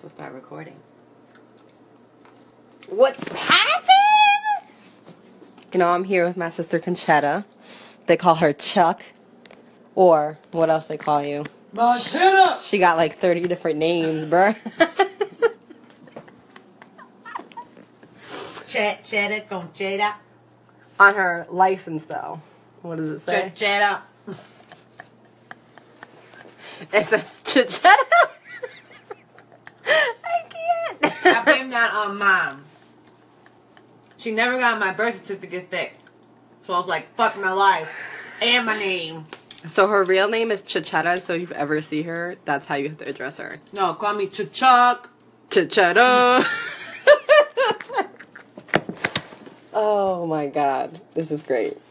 So start recording. What's happening? You know, I'm here with my sister Conchetta. They call her Chuck. Or what else they call you? Montana! She got like 30 different names, bruh. Chet, chetta, conchetta. On her license, though. What does it say? Chetta. It says Chichetta. I I can't. blamed that on mom. She never got my birth certificate fixed. So I was like, fuck my life. And my name. So her real name is Chichetta, so if you ever see her, that's how you have to address her. No, call me Chuck. Chichetta. oh my god. This is great.